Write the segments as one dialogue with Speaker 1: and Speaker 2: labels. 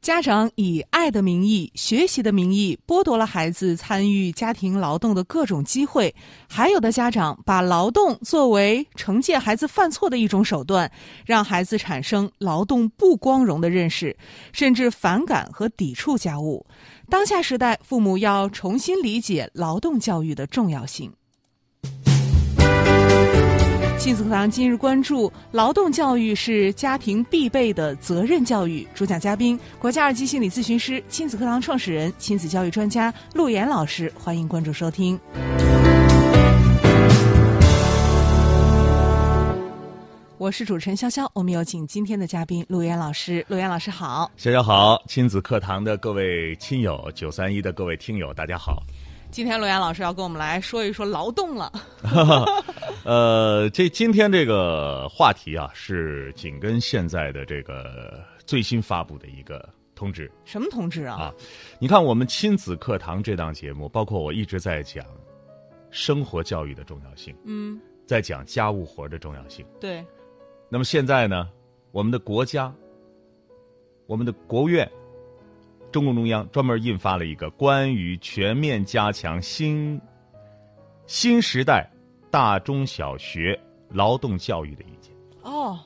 Speaker 1: 家长以爱的名义、学习的名义，剥夺了孩子参与家庭劳动的各种机会；还有的家长把劳动作为惩戒孩子犯错的一种手段，让孩子产生劳动不光荣的认识，甚至反感和抵触家务。当下时代，父母要重新理解劳动教育的重要性。亲子课堂今日关注：劳动教育是家庭必备的责任教育。主讲嘉宾：国家二级心理咨询师、亲子课堂创始人、亲子教育专家陆岩老师。欢迎关注收听。我是主持人潇潇，我们有请今天的嘉宾陆岩老师。陆岩老师好。
Speaker 2: 大家好，亲子课堂的各位亲友，九三一的各位听友，大家好。
Speaker 1: 今天陆岩老师要跟我们来说一说劳动了。
Speaker 2: 呃，这今天这个话题啊，是紧跟现在的这个最新发布的一个通知
Speaker 1: 什么同志啊？
Speaker 2: 啊。你看，我们亲子课堂这档节目，包括我一直在讲生活教育的重要性，
Speaker 1: 嗯，
Speaker 2: 在讲家务活的重要性。
Speaker 1: 对，
Speaker 2: 那么现在呢，我们的国家，我们的国务院，中共中央专门印发了一个关于全面加强新新时代大中小学劳动教育的意见。
Speaker 1: 哦，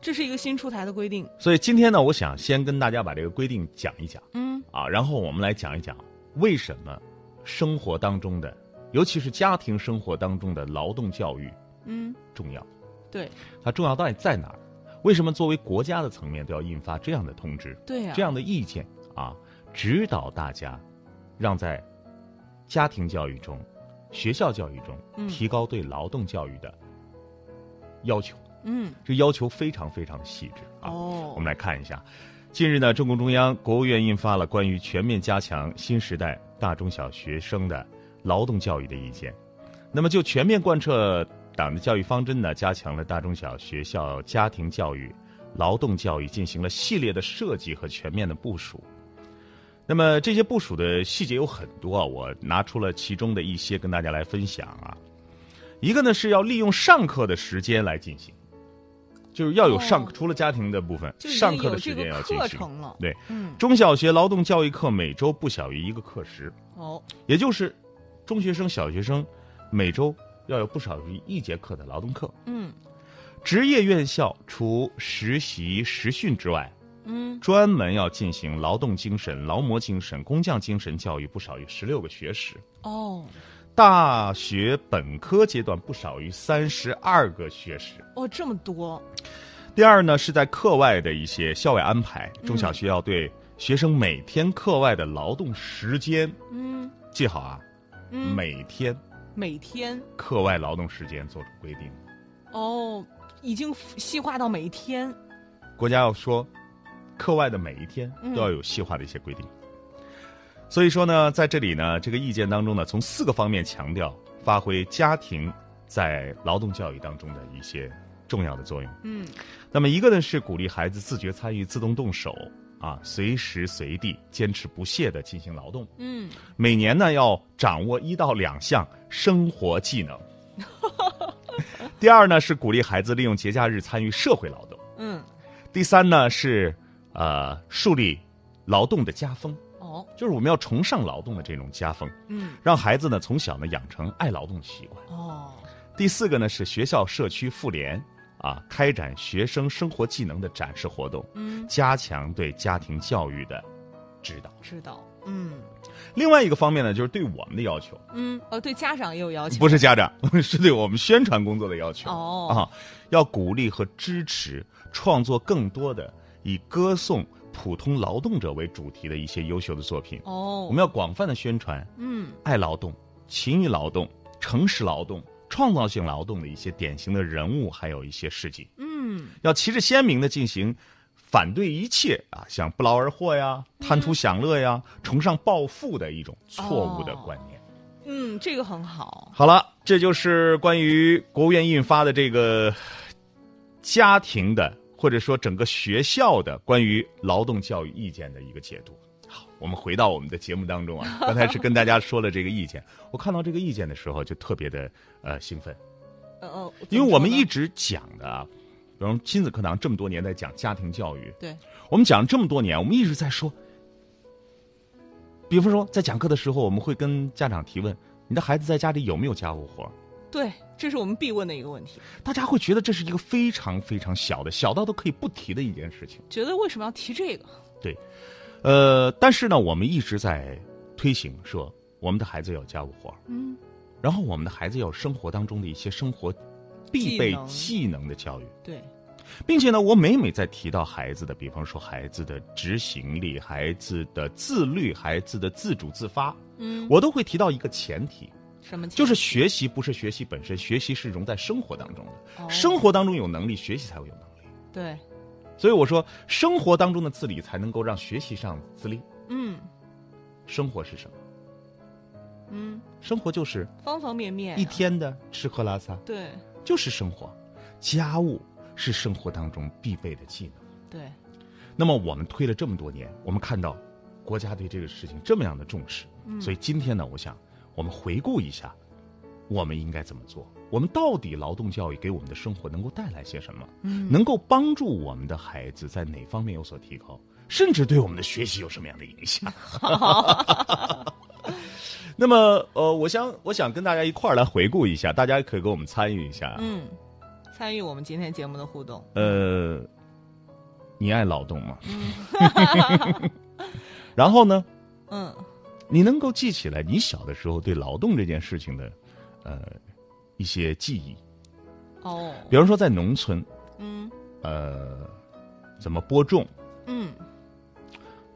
Speaker 1: 这是一个新出台的规定。
Speaker 2: 所以今天呢，我想先跟大家把这个规定讲一讲
Speaker 1: 嗯。
Speaker 2: 啊，然后我们来讲一讲为什么生活当中的，尤其是家庭生活当中的劳动教育
Speaker 1: 嗯，
Speaker 2: 重要。
Speaker 1: 对
Speaker 2: 它重要到底在哪儿？为什么作为国家的层面都要印发这样的通知、
Speaker 1: 对呀、
Speaker 2: 这样的意见啊，指导大家，让在家庭教育中、学校教育中
Speaker 1: 嗯
Speaker 2: 提高对劳动教育的要求？
Speaker 1: 嗯
Speaker 2: 这要求非常非常的细致啊。
Speaker 1: 哦
Speaker 2: 我们来看一下，近日呢，中共中央、国务院印发了关于全面加强新时代大中小学生的劳动教育的意见。那么，就全面贯彻党的教育方针呢，加强了大中小学校家庭教育、劳动教育进行了系列的设计和全面的部署。那么这些部署的细节有很多啊，我拿出了其中的一些跟大家来分享啊。一个呢是要利用上课的时间来进行，就是要有上、
Speaker 1: 哦
Speaker 2: 除了家庭的部分，
Speaker 1: 就已
Speaker 2: 上
Speaker 1: 经
Speaker 2: 课
Speaker 1: 有
Speaker 2: 的
Speaker 1: 这
Speaker 2: 时间
Speaker 1: 个
Speaker 2: 要进
Speaker 1: 课
Speaker 2: 行。
Speaker 1: 程了。
Speaker 2: 对，
Speaker 1: 嗯，
Speaker 2: 中小学劳动教育课每周不小于一个课时，
Speaker 1: 哦，
Speaker 2: 也就是中学生、小学生每周要有不少于一节课的劳动课。
Speaker 1: 嗯
Speaker 2: 职业院校除实习、实训之外，
Speaker 1: 嗯，
Speaker 2: 专门要进行劳动精神、劳模精神、工匠精神教育，不少于十六个学时；
Speaker 1: 哦
Speaker 2: 大学本科阶段不少于三十二个学时。
Speaker 1: 哦，这么多，
Speaker 2: 第二呢，是在课外的一些校外安排，中
Speaker 1: 嗯
Speaker 2: 小学要对学生每天课外的劳动时间
Speaker 1: 嗯
Speaker 2: 记好啊，
Speaker 1: 嗯，
Speaker 2: 每天
Speaker 1: 每天
Speaker 2: 课外劳动时间做出规定。
Speaker 1: 哦，已经细化到每一天。
Speaker 2: 国家要说，课外的每一天
Speaker 1: 嗯
Speaker 2: 都要有细化的一些规定。所以说呢，在这里呢，这个意见当中呢，从四个方面强调发挥家庭在劳动教育当中的一些重要的作用。
Speaker 1: 嗯
Speaker 2: 那么一个呢是鼓励孩子自觉参与、自动动手啊，随时随地坚持不懈地进行劳动。
Speaker 1: 嗯，
Speaker 2: 每年呢要掌握一到两项生活技能。 第二呢是鼓励孩子利用节假日参与社会劳动。
Speaker 1: 嗯
Speaker 2: 第三呢是呃树立劳动的家风，
Speaker 1: 哦
Speaker 2: 就是我们要崇尚劳动的这种家风，
Speaker 1: 嗯
Speaker 2: 让孩子呢从小呢养成爱劳动的习惯。
Speaker 1: 哦
Speaker 2: 第四个呢是学校社区妇联啊，开展学生生活技能的展示活动，
Speaker 1: 嗯，
Speaker 2: 加强对家庭教育的指导。
Speaker 1: 知道。嗯
Speaker 2: 另外一个方面呢，就是对我们的要求，
Speaker 1: 嗯，哦，对家长也有要求。
Speaker 2: 不是家长， 是对我们宣传工作的要求。
Speaker 1: 哦
Speaker 2: 啊，要鼓励和支持创作更多的以歌颂普通劳动者为主题的一些优秀的作品。
Speaker 1: 哦，
Speaker 2: 我们要广泛的宣传
Speaker 1: 嗯
Speaker 2: 爱劳动、勤于劳动、诚实劳动、创造性劳动的一些典型的人物，还有一些事迹。
Speaker 1: 嗯
Speaker 2: 要旗帜鲜明的进行反对一切啊，像不劳而获呀、贪
Speaker 1: 嗯
Speaker 2: 图享乐呀、崇尚暴富的一种错误
Speaker 1: 哦
Speaker 2: 的观念。
Speaker 1: 嗯，这个很好。
Speaker 2: 好了，这就是关于国务院印发的这个家庭的，或者说整个学校的关于劳动教育意见的一个解读。好，我我们回到我们的节目当中啊，刚才是跟大家说了这个意见，我看到这个意见的时候就特别的呃兴奋，
Speaker 1: 呃呃，
Speaker 2: 因为我们一
Speaker 1: 直
Speaker 2: 直讲的啊，比方说亲子课堂这么多年在讲家庭教育，
Speaker 1: 对
Speaker 2: 我们讲这么多年，我们一直在说，比方说在讲课的时候，我们会跟家长提问：你的孩子在家里有没有家务活？
Speaker 1: 对，这是我们必问的一个问题。
Speaker 2: 大家会觉得这是一个非常非常小的，小到都可以不提的一件事情。
Speaker 1: 觉得为什么要提这个？
Speaker 2: 呃，但是呢，我们一直在推行说，我们的孩子要有家务活儿，
Speaker 1: 嗯，
Speaker 2: 然后我们的孩子要有生活当中的一些生活必备
Speaker 1: 技能
Speaker 2: 技能的教育。
Speaker 1: 对，
Speaker 2: 并且呢，我每每在提到孩子的，比方说孩子的执行力、孩子的自律、孩子的自主自发，
Speaker 1: 嗯，
Speaker 2: 我都会提到一个前提，
Speaker 1: 什么
Speaker 2: 就是学习不是学习本身，学习是融在生活当中
Speaker 1: 哦
Speaker 2: 的，生活当中有能力，学习才会有能力。
Speaker 1: 对，
Speaker 2: 所以我说，生活当中的自理才能够让学习上自立。
Speaker 1: 嗯
Speaker 2: 生活是什么？
Speaker 1: 嗯，
Speaker 2: 生活就是
Speaker 1: 方方面面啊、
Speaker 2: 一天的吃喝拉撒，
Speaker 1: 对
Speaker 2: 就是生活。家务是生活当中必备的技能。
Speaker 1: 对，
Speaker 2: 那么我们推了这么多年，我们看到国家对这个事情这么样的重视，所以今天呢，我想我们回顾一下，我们应该怎么做？我们到底劳动教育给我们的生活能够带来些什么？能够帮助我们的孩子在哪方面有所提高，甚至对我们的学习有什么样的影响？那么，呃，我想，我想跟大家一块儿来回顾一下，大家可以跟我们参与一下。啊
Speaker 1: 嗯，参与我们今天节目的互动，
Speaker 2: 呃，你爱劳动吗？ 然后呢，
Speaker 1: 嗯，
Speaker 2: 你能够记起来你小的时候对劳动这件事情的，呃，一些记忆，
Speaker 1: 哦，
Speaker 2: 比方说在农村，
Speaker 1: 嗯
Speaker 2: 呃，怎么播种，
Speaker 1: 嗯，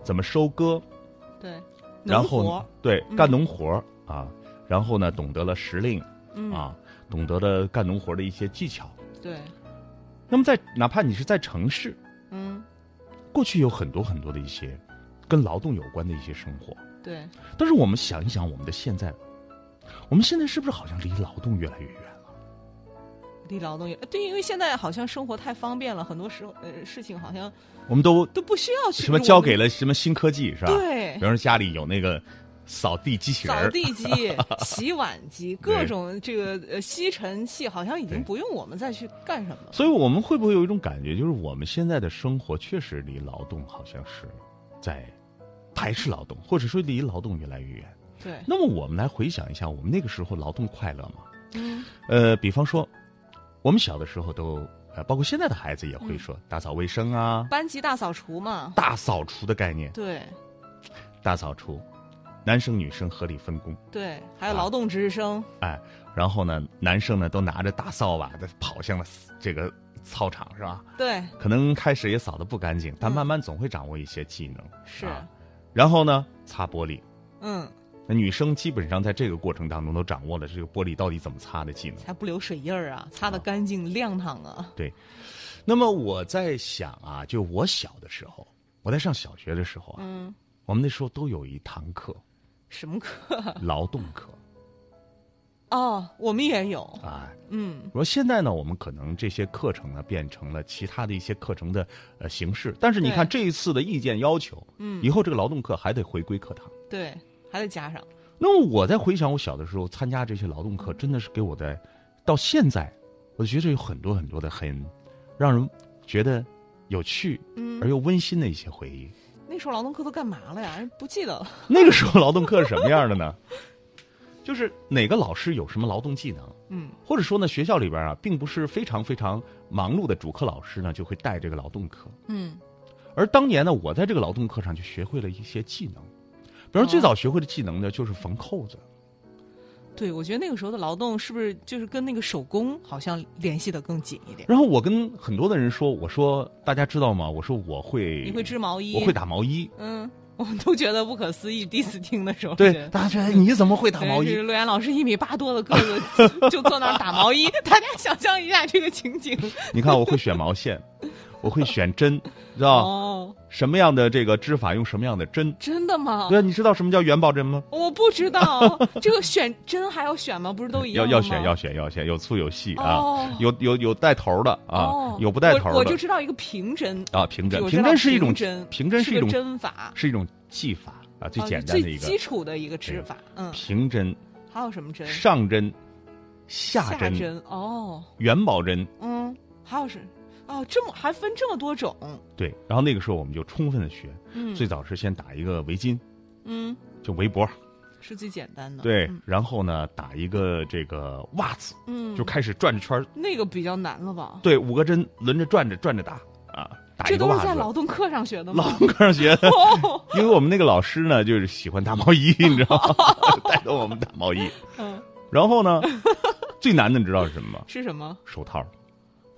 Speaker 2: 怎么收割，
Speaker 1: 对，
Speaker 2: 然
Speaker 1: 农活
Speaker 2: 后
Speaker 1: 儿
Speaker 2: 对
Speaker 1: 嗯
Speaker 2: 干农活儿、啊，然后呢，懂得了时令
Speaker 1: 嗯
Speaker 2: 啊，懂得了干农活儿的一些技巧。
Speaker 1: 对，
Speaker 2: 那么在哪怕你是在城市，
Speaker 1: 嗯
Speaker 2: 过去有很多很多的一些跟劳动有关的一些生活，
Speaker 1: 对，
Speaker 2: 但是我们想一想我们的现在，我们现在是不是好像离劳动越来越远了？
Speaker 1: 离劳动也对，因为现在好像生活太方便了，很多时候呃事情好像
Speaker 2: 我们都
Speaker 1: 都不需要去
Speaker 2: 什么交给
Speaker 1: 了
Speaker 2: 了什么新科技是吧？
Speaker 1: 对
Speaker 2: 比方说家里有那个扫地机器人儿
Speaker 1: 扫地 机、洗碗机，各
Speaker 2: 对
Speaker 1: 种这个呃吸尘器，好像已经
Speaker 2: 对
Speaker 1: 不用我们再去干什么了。
Speaker 2: 所以我们会不会有一种感觉，就是我们现在的生活确实离劳动好像是在排斥劳动，或者说离劳动越来越远？
Speaker 1: 对，
Speaker 2: 那么我们来回想一下，我们那个时候劳动快乐吗？
Speaker 1: 嗯，
Speaker 2: 呃，比方说，我们小的时候都呃，包括现在的孩子也会
Speaker 1: 嗯
Speaker 2: 说打扫卫生啊，
Speaker 1: 班级大扫除嘛，
Speaker 2: 大扫除的概念，
Speaker 1: 对
Speaker 2: 大扫除，男生女生合理分工。
Speaker 1: 对，还有
Speaker 2: 啊
Speaker 1: 劳动值日生，
Speaker 2: 哎，然后呢，男生呢都拿着大扫把的跑向了这个操场，是吧？
Speaker 1: 对，
Speaker 2: 可能开始也扫得不干净，但
Speaker 1: 嗯
Speaker 2: 慢慢总会掌握一些技能。
Speaker 1: 是，
Speaker 2: 啊然后呢，擦玻璃，
Speaker 1: 嗯，
Speaker 2: 那女生基本上在这个过程当中都掌握了这个玻璃到底怎么擦的技能。
Speaker 1: 才不留水印儿啊，擦得干净亮堂啊，
Speaker 2: 那么我在想啊，就我小的时候，我在上小学的时候啊，
Speaker 1: 嗯，
Speaker 2: 我们那时候都有一堂课，
Speaker 1: 什么课？
Speaker 2: 劳动课
Speaker 1: 哦，我们也有，
Speaker 2: 啊。
Speaker 1: 嗯，
Speaker 2: 我说现在呢，我们可能这些课程呢变成了其他的一些课程的呃形式，但是你
Speaker 1: 对
Speaker 2: 看这一次的意见要求，嗯，以后这个劳动课还得回归课堂。
Speaker 1: 对，还得加上，
Speaker 2: 那么我在回想我小的时候参加这些劳动课，真的是给我的到现在，我觉得有很多很多的很让人觉得有趣而又温馨的一些回忆。
Speaker 1: 那时候劳动课都干嘛了呀？不记得了，
Speaker 2: 那个时候劳动课是什么样的呢？就是哪个老师有什么劳动技能，
Speaker 1: 嗯，
Speaker 2: 或者说呢，学校里边啊，并不是非常非常忙碌的主课老师呢，就会带这个劳动课。
Speaker 1: 嗯，
Speaker 2: 而当年呢，我在这个劳动课上就学会了一些技能，比方说最早学会的技能呢，就是缝扣子。
Speaker 1: 对，我觉得那个时候的劳动是不是就是跟那个手工好像联系的更紧一点？
Speaker 2: 然后我跟很多的人说，我说大家知道吗？我说我会，
Speaker 1: 你会织毛衣？
Speaker 2: 嗯我会打毛衣。
Speaker 1: 嗯，我们都觉得不可思议。第一次听的时候，
Speaker 2: 对
Speaker 1: 觉，得
Speaker 2: 大家觉得哎你怎么会打毛
Speaker 1: 对
Speaker 2: 衣
Speaker 1: 就是？陆岩老师一米八多的个 子，就坐那儿打毛衣。大家想象一下这个情景。
Speaker 2: 你看我会选毛线，我会选针，知道、
Speaker 1: 哦，
Speaker 2: 什么样的这个织法用什么样的针。
Speaker 1: 真的吗？
Speaker 2: 对，你知道什么叫元宝针吗？
Speaker 1: 我不 知道这个选针还要选吗？不是都一
Speaker 2: 要
Speaker 1: 样
Speaker 2: 要
Speaker 1: 吗
Speaker 2: 选要选要选，有粗有细啊，
Speaker 1: 哦
Speaker 2: 有有有带头的啊，
Speaker 1: 哦
Speaker 2: 有不带头的
Speaker 1: 我。我就知道一个平针
Speaker 2: 啊，平针，
Speaker 1: 我知
Speaker 2: 平
Speaker 1: 道
Speaker 2: 针是一种
Speaker 1: 针，
Speaker 2: 平针
Speaker 1: 是
Speaker 2: 是一种
Speaker 1: 个针法。
Speaker 2: 是一种技法，啊，最
Speaker 1: 哦
Speaker 2: 简
Speaker 1: 就
Speaker 2: 单的
Speaker 1: 最
Speaker 2: 一个
Speaker 1: 基础的一个治法。嗯，
Speaker 2: 平针、
Speaker 1: 还有什么针？
Speaker 2: 上针、下针、
Speaker 1: 针哦，
Speaker 2: 元宝针，
Speaker 1: 嗯，还有是哦，这么还分这么多种，
Speaker 2: 对。然后那个时候我们就充分的学，
Speaker 1: 嗯
Speaker 2: 最早是先打一个围巾，
Speaker 1: 嗯
Speaker 2: 就围脖，
Speaker 1: 是最简单的。
Speaker 2: 对
Speaker 1: 嗯，
Speaker 2: 然后呢打一个这个袜子，
Speaker 1: 嗯，
Speaker 2: 就开始转着圈儿，
Speaker 1: 那个比较难了吧？
Speaker 2: 对，五个针轮着转着转着打啊，打一
Speaker 1: 这
Speaker 2: 个
Speaker 1: 都是
Speaker 2: 袜
Speaker 1: 在
Speaker 2: 子。
Speaker 1: 劳动课上 学的吗？
Speaker 2: 老课上学的，
Speaker 1: 哦，
Speaker 2: 因为我们那个老师呢，就是喜欢大毛 衣，你知道吗？带动我们打毛衣。
Speaker 1: 嗯，
Speaker 2: 然后呢，最难的你知道是什么吗？
Speaker 1: 是什么？
Speaker 2: 手套。
Speaker 1: 哦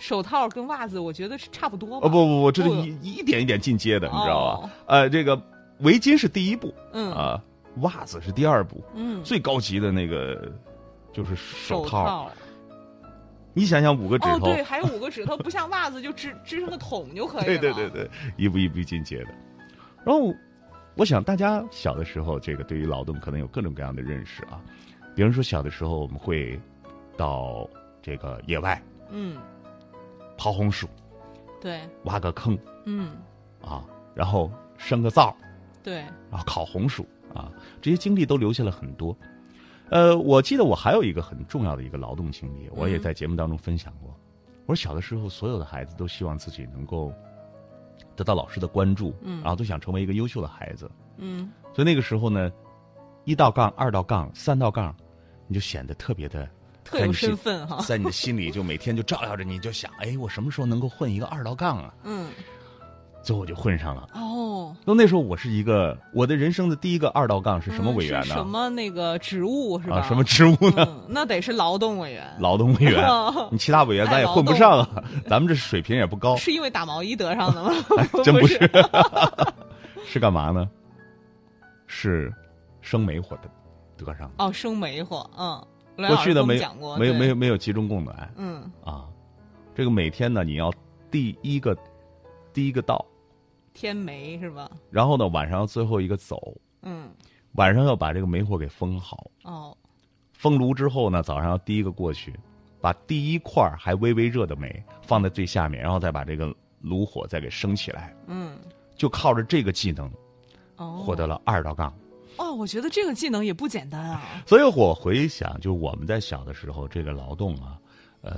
Speaker 1: 手套跟袜子，我觉得是差不多吧。
Speaker 2: 哦不不不，这是
Speaker 1: 哦
Speaker 2: 一一点一点进阶的，你知道吧
Speaker 1: 哦？
Speaker 2: 呃，这个围巾是第一步
Speaker 1: 嗯、
Speaker 2: 啊，袜子是第二步，
Speaker 1: 嗯，
Speaker 2: 最高级的那个就是手
Speaker 1: 手
Speaker 2: 套。你想想，五个指
Speaker 1: 哦
Speaker 2: 头
Speaker 1: 对，，还有五个指头，不像袜子就支支成个桶就可以了。
Speaker 2: 对对对对，一步一步进阶的。然后，我想大家小的时候，这个对于劳动可能有各种各样的认识啊。比如说，小的时候我们会到这个野外
Speaker 1: 嗯，
Speaker 2: 刨红薯，
Speaker 1: 对，
Speaker 2: 挖个坑
Speaker 1: 嗯
Speaker 2: 啊，然后生个灶，
Speaker 1: 对，
Speaker 2: 然后烤红薯啊，这些经历都留下了很多。呃，我记得我还有一个很重要的一个劳动经历，我
Speaker 1: 嗯
Speaker 2: 也在节目当中分享过。我说小的时候，所有的孩子都希望自己能够得到老师的关注，
Speaker 1: 嗯
Speaker 2: 然后都想成为一个优秀的孩子。
Speaker 1: 嗯
Speaker 2: 所以那个时候呢，一道杠、二道杠、三道杠，你就显得特别的
Speaker 1: 特有身 份哈
Speaker 2: 在你的心里就每天就照耀着你，就想，哎，我什么时候能够混一个二道杠啊？
Speaker 1: 嗯
Speaker 2: 最后我就混上了。
Speaker 1: 哦。
Speaker 2: 那那时候我是一个，我的人生的第一个二道杠是什么
Speaker 1: 嗯
Speaker 2: 委员
Speaker 1: 是
Speaker 2: 呢？
Speaker 1: 什么那个职务是吧？
Speaker 2: 啊，什么职务呢？
Speaker 1: 嗯，那得是劳动委员。
Speaker 2: 劳动委员
Speaker 1: 哦，哎
Speaker 2: 你其他委员咱也混不上啊， 咱们这水平也不 高，
Speaker 1: 是因为打毛衣得上的吗？
Speaker 2: 真
Speaker 1: 不
Speaker 2: 不是， 是干嘛呢？是生煤火的得上
Speaker 1: 哦，生煤火，嗯，
Speaker 2: 的，
Speaker 1: 梁
Speaker 2: 过
Speaker 1: 老
Speaker 2: 去
Speaker 1: 师跟
Speaker 2: 的
Speaker 1: 我们
Speaker 2: 没
Speaker 1: 讲过，
Speaker 2: 没有
Speaker 1: 对
Speaker 2: 没有，没有集中供暖
Speaker 1: 嗯，
Speaker 2: 啊，这个每天呢你要第一个第一个到，
Speaker 1: 天煤是吧？
Speaker 2: 然后呢晚上要最后一个走，
Speaker 1: 嗯，
Speaker 2: 晚上要把这个煤火给封好，
Speaker 1: 哦，
Speaker 2: 封炉之后呢，早上要第一个过去，把第一块儿还微微热的煤放在最下面，然后再把这个炉火再给升起来，
Speaker 1: 嗯，
Speaker 2: 就靠着这个技能
Speaker 1: 哦，
Speaker 2: 获得了二道杠。
Speaker 1: 哦，我觉得这个技能也不简单啊。
Speaker 2: 所以我回想，就我们在小的时候，这个劳动啊，呃，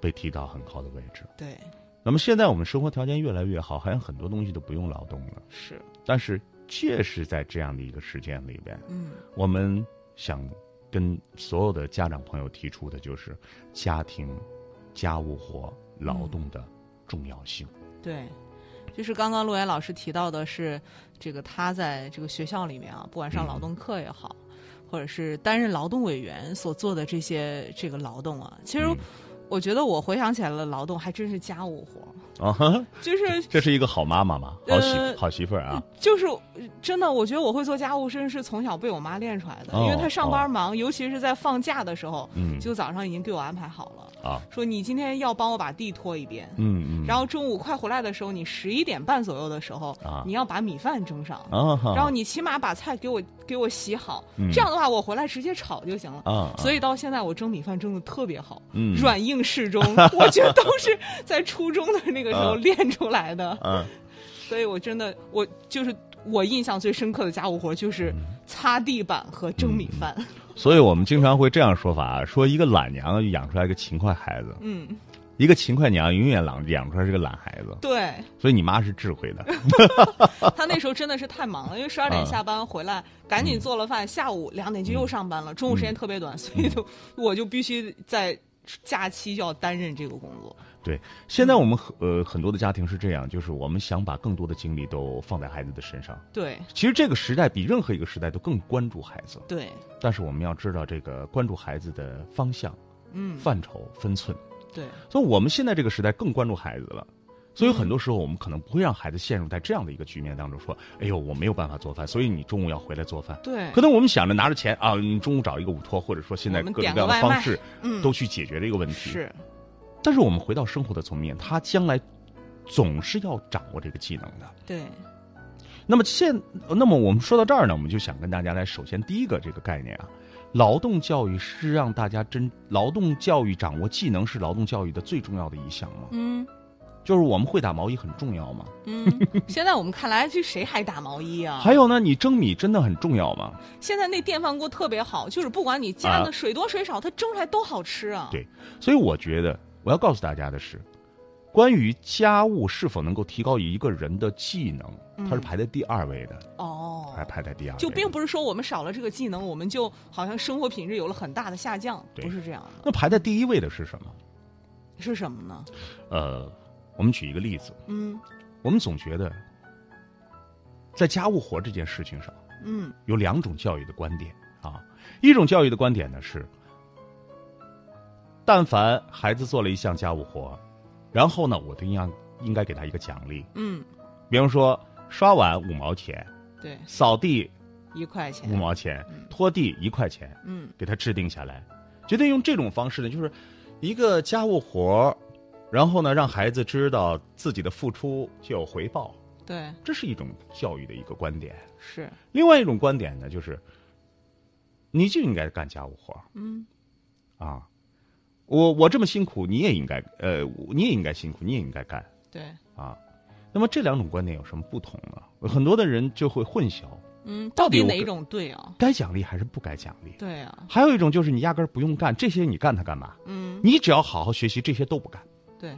Speaker 2: 被提到很高的位置。
Speaker 1: 对，
Speaker 2: 那么现在我们生活条件越来越好，好像很多东西都不用劳动了，
Speaker 1: 是，
Speaker 2: 但是这是在这样的一个时间里边，
Speaker 1: 嗯，
Speaker 2: 我们想跟所有的家长朋友提出的就是家庭、家务活、劳动的重要性。
Speaker 1: 对。就是刚刚陆岩老师提到的是，这个他在这个学校里面啊，不管上劳动课也好，或者是担任劳动委员所做的这些这个劳动啊，其实
Speaker 2: 嗯
Speaker 1: 我觉得我回想起来了，劳动还真是家务活儿，
Speaker 2: 啊哈，
Speaker 1: 就是
Speaker 2: 这是一个好妈妈嘛，好
Speaker 1: 呃
Speaker 2: 媳、好媳妇儿啊，
Speaker 1: 就是呃真的，我觉得我会做家务，真是从小被我妈练出来的。
Speaker 2: 哦
Speaker 1: 因为她上班忙，尤其是在放假的时候，
Speaker 2: 嗯
Speaker 1: 就早上已经给我安排好了，
Speaker 2: 啊，
Speaker 1: 说你今天要帮我把地拖一遍，
Speaker 2: 嗯嗯，
Speaker 1: 然后中午快回来的时候，你十一点半左右的时候，
Speaker 2: 啊
Speaker 1: 你要把米饭蒸上，
Speaker 2: 啊哈，
Speaker 1: 然后你起码把菜给我给我洗好，
Speaker 2: 嗯
Speaker 1: 这样的话我回来直接炒就行了。
Speaker 2: 啊，
Speaker 1: 所
Speaker 2: 以
Speaker 1: 以到现在，我蒸米饭蒸的特别好，
Speaker 2: 嗯
Speaker 1: 软硬适中，我觉得都是在初中的那个时候
Speaker 2: 啊
Speaker 1: 练出来的。
Speaker 2: 嗯
Speaker 1: 所以我真的，我就是我印象最深刻的家务活就是
Speaker 2: 嗯
Speaker 1: 擦地板和蒸米饭。
Speaker 2: 所以我们经常会这样说法啊，说一个懒娘养出来一个勤快孩子，
Speaker 1: 嗯
Speaker 2: 一个勤快娘永远懒养出来是个懒孩子。
Speaker 1: 对
Speaker 2: 所以你妈是智慧 的，
Speaker 1: 他那时候真的是太忙了，因为十二
Speaker 2: 嗯
Speaker 1: 点下班回来，赶紧做了饭，下午两点就又上班了，中午
Speaker 2: 嗯
Speaker 1: 时间特别短，所以就我就必须在假期就要担任这个工作。
Speaker 2: 对，现在我们很呃很多的家庭是这样，就是我们想把更多的精力都放在孩子的身上。
Speaker 1: 对
Speaker 2: 其实这个时代比任何一个时代都更关注孩子，
Speaker 1: 对，
Speaker 2: 但是我们要知道这个关注孩子的方向、
Speaker 1: 嗯
Speaker 2: 范畴、分寸。
Speaker 1: 对
Speaker 2: 所以我们现在这个时代更关注孩子了，所以很多时候我们可能不会让孩子陷入在这样的一个局面当中，说：“哎呦，我没有办法做饭，所以你中午要回来做饭。”
Speaker 1: 对
Speaker 2: 可能我们想着拿着钱啊，你中午找一个午托，或者说现在
Speaker 1: 我们
Speaker 2: 各种
Speaker 1: 点
Speaker 2: 各
Speaker 1: 个
Speaker 2: 样的
Speaker 1: 外
Speaker 2: 方
Speaker 1: 卖
Speaker 2: 式，
Speaker 1: 嗯
Speaker 2: 都去解决这个问题。
Speaker 1: 是
Speaker 2: 但是我们回到生活的层面，他将来总是要掌握这个技能的。
Speaker 1: 对
Speaker 2: 那么现，那么我们说到这儿呢，我们就想跟大家来，首先第一个这个概念啊，劳动教育是让大家真劳动教育掌握技能是劳动教育的最重要的一项吗？
Speaker 1: 嗯
Speaker 2: 就是我们会打毛衣很重要吗？
Speaker 1: 嗯，现在我们看来，这谁还打毛衣啊？
Speaker 2: 还有呢，你蒸米真的很重要吗？
Speaker 1: 现在那电饭锅特别好，就是不管你
Speaker 2: 啊
Speaker 1: 加的水多水少，它蒸出来都好吃啊。
Speaker 3: 对
Speaker 2: 所以我觉得我要告诉大家的是，关于家务是否能够提高一个人的技能，它是排在第二位的，
Speaker 1: 哦，
Speaker 2: 还排在第二位的。
Speaker 1: 嗯就并不是说我们少了这个技能，我们就好像生活品质有了很大的下降，
Speaker 2: 对
Speaker 1: 不是这样的，
Speaker 2: 那排在第一位的是什么？
Speaker 1: 是什么呢？
Speaker 2: 呃，我们举一个例子，
Speaker 1: 嗯
Speaker 2: 我们总觉得在家务活这件事情上
Speaker 1: 嗯
Speaker 2: 有两种教育的观点啊，一种教育的观点呢是，但凡孩子做了一项家务活，然后呢，我都应该应该给他一个奖励，
Speaker 1: 嗯，
Speaker 2: 比方说刷碗五毛钱，
Speaker 1: 对，
Speaker 2: 扫地
Speaker 1: 一块钱
Speaker 2: 五，毛钱，拖地一块钱，
Speaker 1: 嗯
Speaker 2: 给他制定下来，决定用这种方式呢，就是一个家务活儿，然后呢，让孩子知道自己的付出就有回报，
Speaker 1: 对，
Speaker 2: 这是一种教育的一个观点。
Speaker 1: 是，
Speaker 2: 另外一种观点呢，就是你就应该干家务活儿
Speaker 1: 嗯
Speaker 2: 啊，我我这么辛苦，你也应该呃，你也应该辛苦，你也应该干。
Speaker 1: 对，
Speaker 2: 啊。那么这两种观点有什么不同呢？很多的人就会混淆，
Speaker 1: 嗯，
Speaker 2: 到
Speaker 1: 到
Speaker 2: 底
Speaker 1: 底
Speaker 2: 我
Speaker 1: 哪一
Speaker 2: 跟
Speaker 1: 种对啊？
Speaker 2: 该奖励还是不该奖励。
Speaker 1: 对啊，
Speaker 2: 还有一种就是你压根儿不用干这些，你干它干嘛？
Speaker 1: 嗯
Speaker 2: 你只要好好学习，这些都不干。
Speaker 1: 对，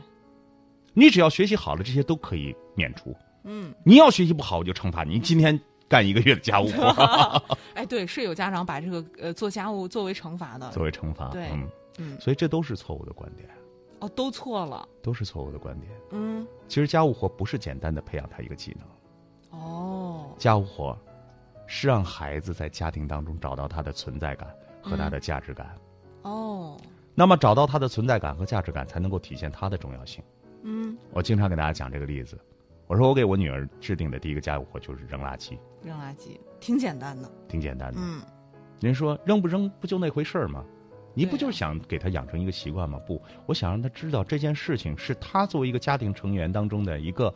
Speaker 2: 你只要学习好了，这些都可以免除。
Speaker 1: 嗯，
Speaker 2: 你要学习不好，我就惩罚你。你今天干一个月的 家务 活，
Speaker 1: 哎，对，是有家长把这个呃做家务作为惩罚的，
Speaker 2: 作为惩罚。
Speaker 1: 对
Speaker 2: 嗯，
Speaker 1: 嗯，
Speaker 2: 所以这都是错误的观点，
Speaker 1: 哦，都错了，
Speaker 2: 都是错误的观点。
Speaker 1: 嗯，
Speaker 2: 其实家务活不是简单的培养他一个技能，
Speaker 1: 哦，
Speaker 2: 家务活是让孩子在家庭当中找到他的存在感和他的
Speaker 1: 嗯
Speaker 2: 价值感。
Speaker 1: 哦，
Speaker 2: 那么找到他的存在感和价值感，才能够体现他的重要性。
Speaker 1: 嗯，
Speaker 2: 我经常给大家讲这个例子，我说我给我女儿制定的第一个家务活就是扔垃圾，
Speaker 1: 扔垃圾挺简单的，
Speaker 2: 挺简单的。
Speaker 1: 嗯，
Speaker 2: 人说扔不扔不就那回事儿吗？你不
Speaker 1: 对啊
Speaker 2: 就是想给她养成一个习惯吗？不，我想让她知道这件事情是她作为一个家庭成员当中的一个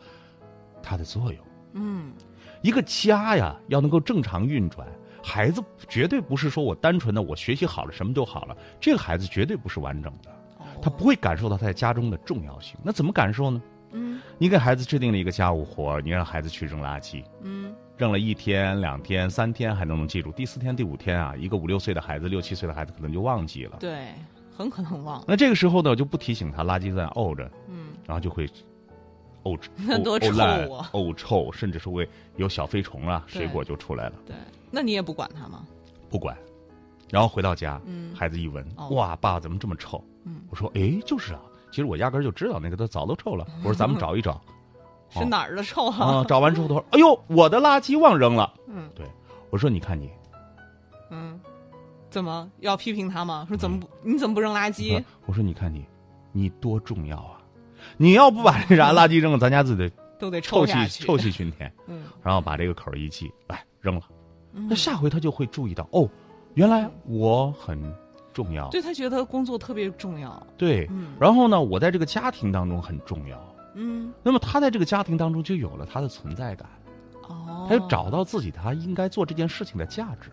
Speaker 2: 它的作用。
Speaker 1: 嗯，
Speaker 2: 一个家呀，要能够正常运转，孩子绝对不是说我单纯的我学习好了什么就好了，这个孩子绝对不是完整的。
Speaker 1: 哦
Speaker 2: 他不，会感受到他在家中的重要性。那怎么感受呢？
Speaker 1: 嗯
Speaker 2: 你给孩子制定了一个家务活儿，你让孩子去扔垃圾，
Speaker 1: 嗯，
Speaker 2: 扔了一天、两天、三天还能不能记住？第四天、第五天啊，一个五六岁的孩子、六七岁的孩子可能就忘记了。
Speaker 1: 对，很可能忘了，
Speaker 2: 那这个时候呢，我就不提醒他，垃圾在那沤着，
Speaker 1: 嗯，
Speaker 2: 然后就会 沤
Speaker 1: 那多
Speaker 2: 沤
Speaker 1: 臭
Speaker 2: 烂、
Speaker 1: 啊
Speaker 2: 沤臭，甚至是会有小飞虫啊、
Speaker 1: 对
Speaker 2: 水果就出来了，
Speaker 1: 对，那你也不管他
Speaker 2: 哦
Speaker 1: 吗？
Speaker 2: 不管。然后回到家，
Speaker 1: 嗯
Speaker 2: 孩子一闻，
Speaker 1: 哦
Speaker 2: 哇，爸怎么这么臭？
Speaker 1: 嗯，
Speaker 2: 我说，哎，就是啊，其实我压根儿就知道那个都早都臭 了。我说咱们找一找，
Speaker 1: 是哪儿的臭
Speaker 2: 啊、
Speaker 1: 啊？
Speaker 2: 找完之后他说：“哎呦，我的垃圾忘扔了。
Speaker 1: 嗯”
Speaker 2: 我说：“你看你，
Speaker 1: 嗯，怎么要批评他吗？说怎么不你怎么不扔垃圾
Speaker 2: 啊？我说你看你，你多重要 啊！你要不把这啥垃圾扔了，咱家就得
Speaker 1: 都得
Speaker 2: 臭
Speaker 1: 臭
Speaker 2: 气
Speaker 1: 下去，
Speaker 2: 臭气熏天。
Speaker 1: 嗯，
Speaker 2: 然后把这个口儿一记，来扔了。
Speaker 1: 嗯
Speaker 2: 那下回他就会注意到哦，原来我很重要，
Speaker 1: 对他觉得工作特别重要，
Speaker 2: 对
Speaker 1: 嗯
Speaker 2: 然后呢，我在这个家庭当中很重要。
Speaker 1: 嗯，
Speaker 2: 那么他在这个家庭当中就有了他的存在感。”
Speaker 1: 哦，
Speaker 2: 他就找到自己他应该做这件事情的价值，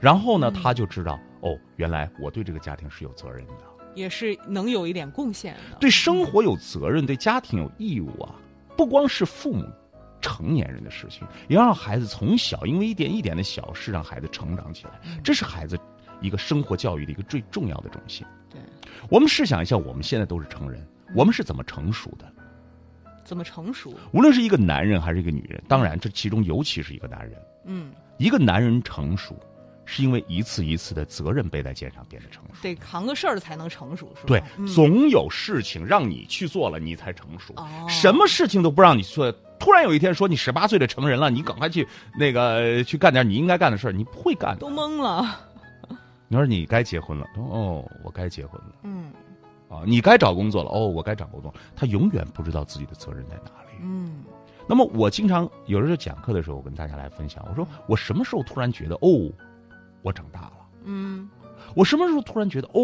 Speaker 2: 然后呢，
Speaker 1: 嗯
Speaker 2: 他就知道哦，原来我对这个家庭是有责任的，
Speaker 1: 也是能有一点贡献的，
Speaker 2: 对生活有责任，对家庭有义务啊，不光是父母。成年人的事情，也要让孩子从小因为一点一点的小事让孩子成长起来，这是孩子一个生活教育的一个最重要的东西。
Speaker 1: 对，
Speaker 2: 我们试想一下，我们现在都是成人，我们是怎么成熟的？
Speaker 1: 怎么成熟？
Speaker 2: 无论是一个男人还是一个女人，当然这其中尤其是一个男人，
Speaker 1: 嗯，
Speaker 2: 一个男人成熟，是因为一次一次的责任背在肩上变得成熟。
Speaker 1: 得扛个事儿才能成熟，是吧？
Speaker 2: 对，
Speaker 1: 嗯
Speaker 2: 总有事情让你去做了，你才成熟。
Speaker 1: 哦
Speaker 2: 什么事情都不让你做，突然有一天说你十八岁的成人了，你赶快去那个呃去干点你应该干的事儿，你不会干的
Speaker 1: 都。懵了，
Speaker 2: 你说你该结婚了，哦，我该结婚了
Speaker 1: 嗯
Speaker 2: 啊！你该找工作了，哦，我该找工作了。他永远不知道自己的责任在哪里。
Speaker 1: 嗯
Speaker 2: 那么我经常有时候讲课的时候，我跟大家来分享，我说我什么时候突然觉得哦，我长大了。
Speaker 1: 嗯
Speaker 2: 我什么时候突然觉得哦，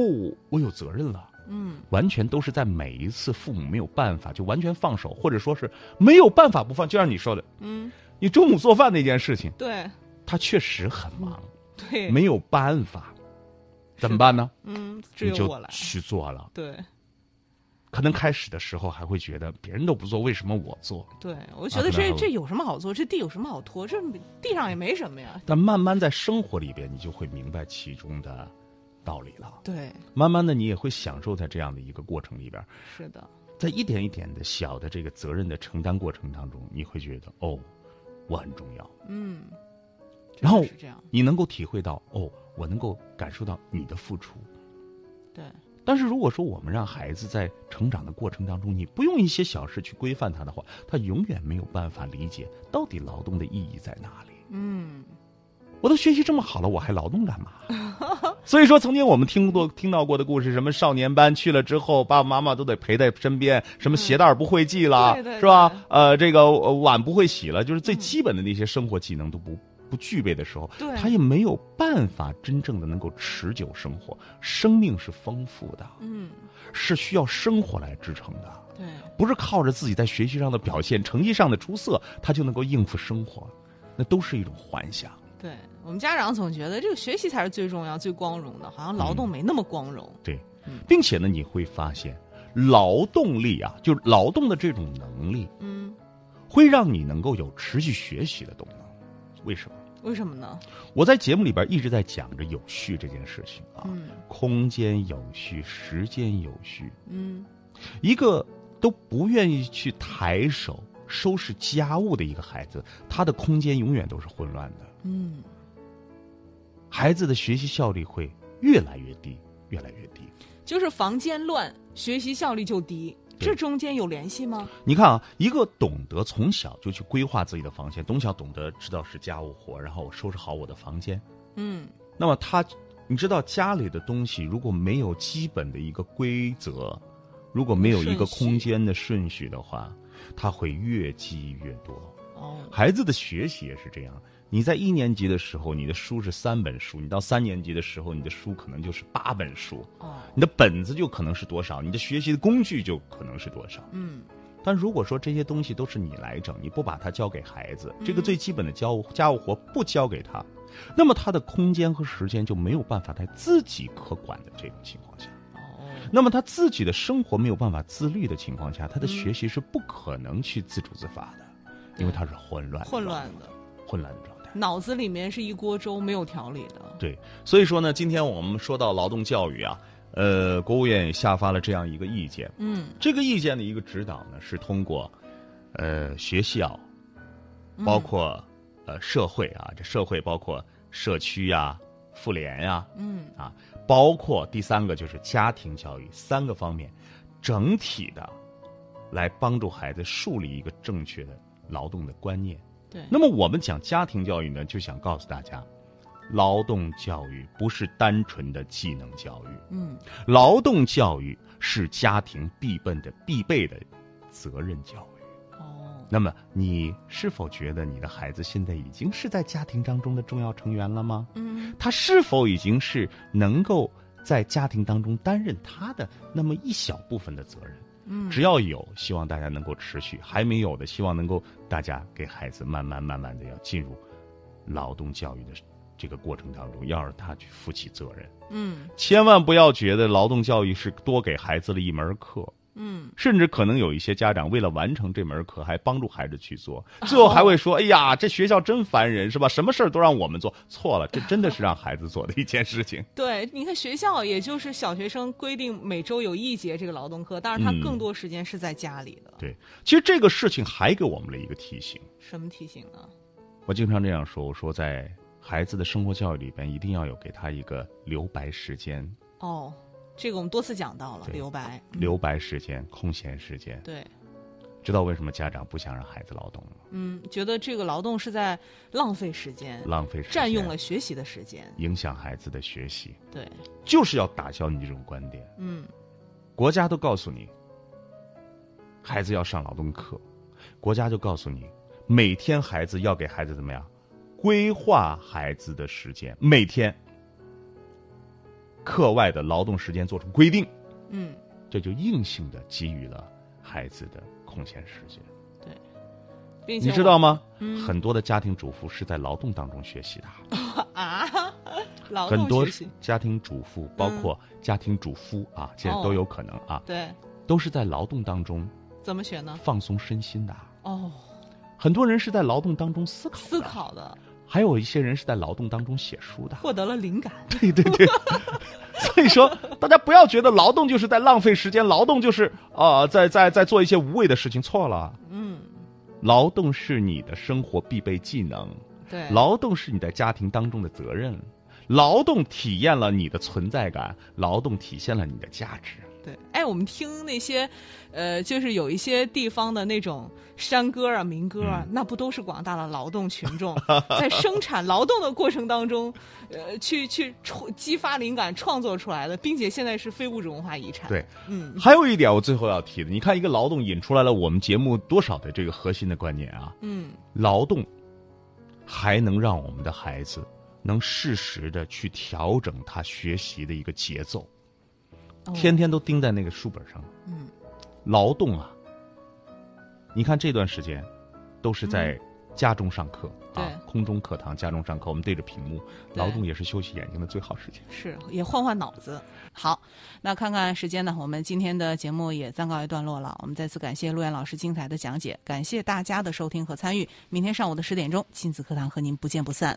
Speaker 2: 我有责任了？
Speaker 1: 嗯，
Speaker 2: 完全都是在每一次父母没有办法，就完全放手，或者说是没有办法不放。就像你说的，
Speaker 1: 嗯，
Speaker 2: 你中午做饭那件事情，
Speaker 1: 对
Speaker 2: 他确实很
Speaker 1: 嗯
Speaker 2: 忙，
Speaker 1: 对，
Speaker 2: 没有办法，怎么办呢？
Speaker 1: 嗯，只
Speaker 2: 你
Speaker 1: 有
Speaker 2: 就
Speaker 1: 我来，
Speaker 2: 去做了。
Speaker 1: 对，
Speaker 2: 可能开始的时候还会觉得别人都不做，为什么我做？
Speaker 1: 对，我觉得
Speaker 2: 啊可能还
Speaker 1: 这
Speaker 2: 会
Speaker 1: 这有什么好做？这地有什么好拖？这地上也没什么呀。
Speaker 2: 但慢慢在生活里边，你就会明白其中的道理了。
Speaker 1: 对，
Speaker 2: 慢慢的，你也会享受在这样的一个过程里边，
Speaker 1: 是的，
Speaker 2: 在一点一点的小的这个责任的承担过程当中，你会觉得哦，我很重要。
Speaker 1: 嗯。
Speaker 2: 然后
Speaker 1: 真的是这样，
Speaker 2: 你能够体会到哦，我能够感受到你的付出。
Speaker 1: 对，
Speaker 2: 但是如果说我们让孩子在成长的过程当中，你不用一些小事去规范他的话，他永远没有办法理解到底劳动的意义在哪里。
Speaker 1: 嗯，
Speaker 2: 我都学习这么好了，我还劳动干嘛？ 所以说，曾经我们听过听到过的故事，什么少年班去了之后，爸爸妈妈都得陪在身边，什么鞋带儿不会系了，
Speaker 1: 对对
Speaker 2: 是吧
Speaker 1: 对？
Speaker 2: 呃，这个呃碗不会洗了，就是最基本的那些生活技能都不不具备的时候
Speaker 1: 嗯对，
Speaker 2: 他也没有办法真正的能够持久生活。生命是丰富的，
Speaker 1: 嗯，
Speaker 2: 是需要生活来支撑的，
Speaker 1: 对，
Speaker 2: 不是靠着自己在学习上的表现、成绩上的出色，他就能够应付生活，那都是一种幻想。
Speaker 1: 对我们家长总觉得这个学习才是最重要、最光荣的，好像劳动没那么光荣。
Speaker 2: 对，
Speaker 1: 嗯
Speaker 2: 并且呢，你会发现，劳动力啊，就是劳动的这种能力，
Speaker 1: 嗯，
Speaker 2: 会让你能够有持续学习的动能。为什么？
Speaker 1: 为什么呢？
Speaker 2: 我在节目里边一直在讲着有序这件事情啊，
Speaker 1: 嗯
Speaker 2: 空间有序，时间有序，
Speaker 1: 嗯，
Speaker 2: 一个都不愿意去抬手收拾家务的一个孩子，他的空间永远都是混乱的，
Speaker 1: 嗯，
Speaker 2: 孩子的学习效率会越来越低，越来越低。
Speaker 1: 就是房间乱，学习效率就低，
Speaker 2: 对
Speaker 1: 这中间有联系吗？
Speaker 2: 你看啊，一个懂得从小就去规划自己的房间，从小懂得知道是家务活，然后我收拾好我的房间。
Speaker 1: 嗯，
Speaker 2: 那么他，你知道家里的东西如果没有基本的一个规则，如果没有一个
Speaker 1: 顺序
Speaker 2: 空间的顺序的话，他会越积越多。
Speaker 1: 哦，
Speaker 2: 孩子的学习也是这样。你在一年级的时候，你的书是三本书；你到三年级的时候，你的书可能就是八本书，
Speaker 1: 哦，
Speaker 2: 你的本子就可能是多少，你的学习的工具就可能是多少。
Speaker 1: 嗯，
Speaker 2: 但如果说这些东西都是你来整，你不把它交给孩子，
Speaker 1: 嗯
Speaker 2: 这个最基本的家务家务活不交给他，那么他的空间和时间就没有办法在自己可管的这种情况下，
Speaker 1: 哦，
Speaker 2: 那么他自己的生活没有办法自律的情况下，
Speaker 1: 嗯
Speaker 2: 他的学习是不可能去自主自发的，因为他是混乱的
Speaker 1: 混
Speaker 2: 状
Speaker 1: 乱
Speaker 2: 态
Speaker 1: 的，
Speaker 2: 混乱的状态。
Speaker 1: 脑子里面是一锅粥，没有条理的。
Speaker 2: 对，所以说呢，今天我们说到劳动教育啊，呃，国务院也下发了这样一个意见，
Speaker 1: 嗯
Speaker 2: 这个意见的一个指导呢，是通过，呃，学校，
Speaker 1: 嗯
Speaker 2: 包括、呃社会啊，这社会包括社区呀、妇联呀、
Speaker 1: 嗯，
Speaker 2: 啊，包括第三个就是家庭教育三个方面，整体的来帮助孩子树立一个正确的劳动的观念。
Speaker 1: 对，
Speaker 2: 那么我们讲家庭教育呢，就想告诉大家，劳动教育不是单纯的技能教育，
Speaker 1: 嗯，
Speaker 2: 劳动教育是家庭必备的必备的责任教育。
Speaker 1: 哦，
Speaker 2: 那么，你是否觉得你的孩子现在已经是在家庭当中的重要成员了吗？
Speaker 1: 嗯，
Speaker 2: 他是否已经是能够在家庭当中担任他的那么一小部分的责任？
Speaker 1: 嗯，
Speaker 2: 只要有，希望大家能够持续；还没有的，希望能够大家给孩子慢慢慢慢的要进入劳动教育的这个过程当中，要让他去负起责任。
Speaker 1: 嗯
Speaker 2: 千万不要觉得劳动教育是多给孩子了一门课，
Speaker 1: 嗯，
Speaker 2: 甚至可能有一些家长为了完成这门课，还帮助孩子去做，
Speaker 1: 哦
Speaker 2: 最后还会说：“哎呀，这学校真烦人，是吧？什么事儿都让我们做。”错了，这真的是让孩子做的一件事情。
Speaker 1: 对，你看学校也就是小学生规定每周有一节这个劳动课，但是他
Speaker 2: 嗯
Speaker 1: 更多时间是在家里的。
Speaker 2: 对，其实这个事情还给我们了一个提醒。
Speaker 1: 嗯什么提醒呢？
Speaker 2: 我经常这样说：“我说在孩子的生活教育里边，一定要有给他一个留白时间，
Speaker 1: 哦，这个我们多次讲到了
Speaker 2: 对
Speaker 1: 留白。
Speaker 2: 留白时间、空闲时间。
Speaker 1: 对，
Speaker 2: 知道为什么家长不想让孩子劳动吗？
Speaker 1: 嗯，觉得这个劳动是在浪费时间，
Speaker 2: 浪费时间，
Speaker 1: 占用了，学习的时间。
Speaker 2: 影响孩子的学习，
Speaker 1: 对，
Speaker 2: 就是要打消你这种观点。”
Speaker 1: 嗯
Speaker 2: 国家都告诉你，孩子要上劳动课，国家就告诉你，每天孩子要给孩子怎么样，规划孩子的时间，每天课外的劳动时间做出规定，
Speaker 1: 嗯，
Speaker 2: 这就硬性的给予了孩子的空闲时间。
Speaker 1: 并且
Speaker 2: 你知
Speaker 1: 我嗯
Speaker 2: 道吗？很多的家庭主妇是在劳动当中学习的。
Speaker 1: 啊，劳
Speaker 2: 很多
Speaker 1: 动学习嗯
Speaker 2: 家庭主妇，包括家庭主夫啊，这
Speaker 1: 哦
Speaker 2: 都有可能啊，
Speaker 1: 对，
Speaker 2: 都是在劳动当中
Speaker 1: 怎么选呢？
Speaker 2: 放松身心的啊。
Speaker 1: 哦，
Speaker 2: 很多人是在劳动当中思考的，
Speaker 1: 思考的，
Speaker 2: 还有一些人是在劳动当中写书 的。
Speaker 1: 获得了灵感。
Speaker 2: 对对对， 所以说大家不要觉得劳动就是在浪费时间，劳动就是啊、呃在在在做一些无谓的事情，错了。
Speaker 1: 嗯，
Speaker 2: 劳动是你的生活必备技能，
Speaker 1: 对，
Speaker 2: 劳动是你在家庭当中的责任，劳动体验了你的存在感，劳动体现了你的价值。
Speaker 1: 对，哎，我们听那些，呃，就是有一些地方的那种山歌啊、民歌
Speaker 2: 嗯
Speaker 1: 啊，那不都是广大的劳动群 众在生产劳动的过程当中，呃，去去创激发灵感创作出来的，并且现在是非物质文化遗产。
Speaker 2: 对，
Speaker 1: 嗯，
Speaker 2: 还有一点我最后要提的，你看一个劳动引出来了我们节目多少的这个核心的观念啊，
Speaker 1: 嗯，
Speaker 2: 劳动还能让我们的孩子能适时的去调整他学习的一个节奏，
Speaker 1: 哦
Speaker 2: 天天都盯在那个书本上。
Speaker 1: 嗯，
Speaker 2: 劳动啊，你看这段时间都是在家中上课、啊，
Speaker 1: 嗯对
Speaker 2: 空中课堂、家中上课，我们对着屏幕，
Speaker 1: 对
Speaker 2: 劳动也是休息眼睛的最好时间。
Speaker 1: 是也换换脑子。好，那看看时间呢，我们今天的节目也暂告一段落了。我们再次感谢陆岩老师精彩的讲解，感谢大家的收听和参与。明天上午的十点钟，亲子课堂和您不见不散。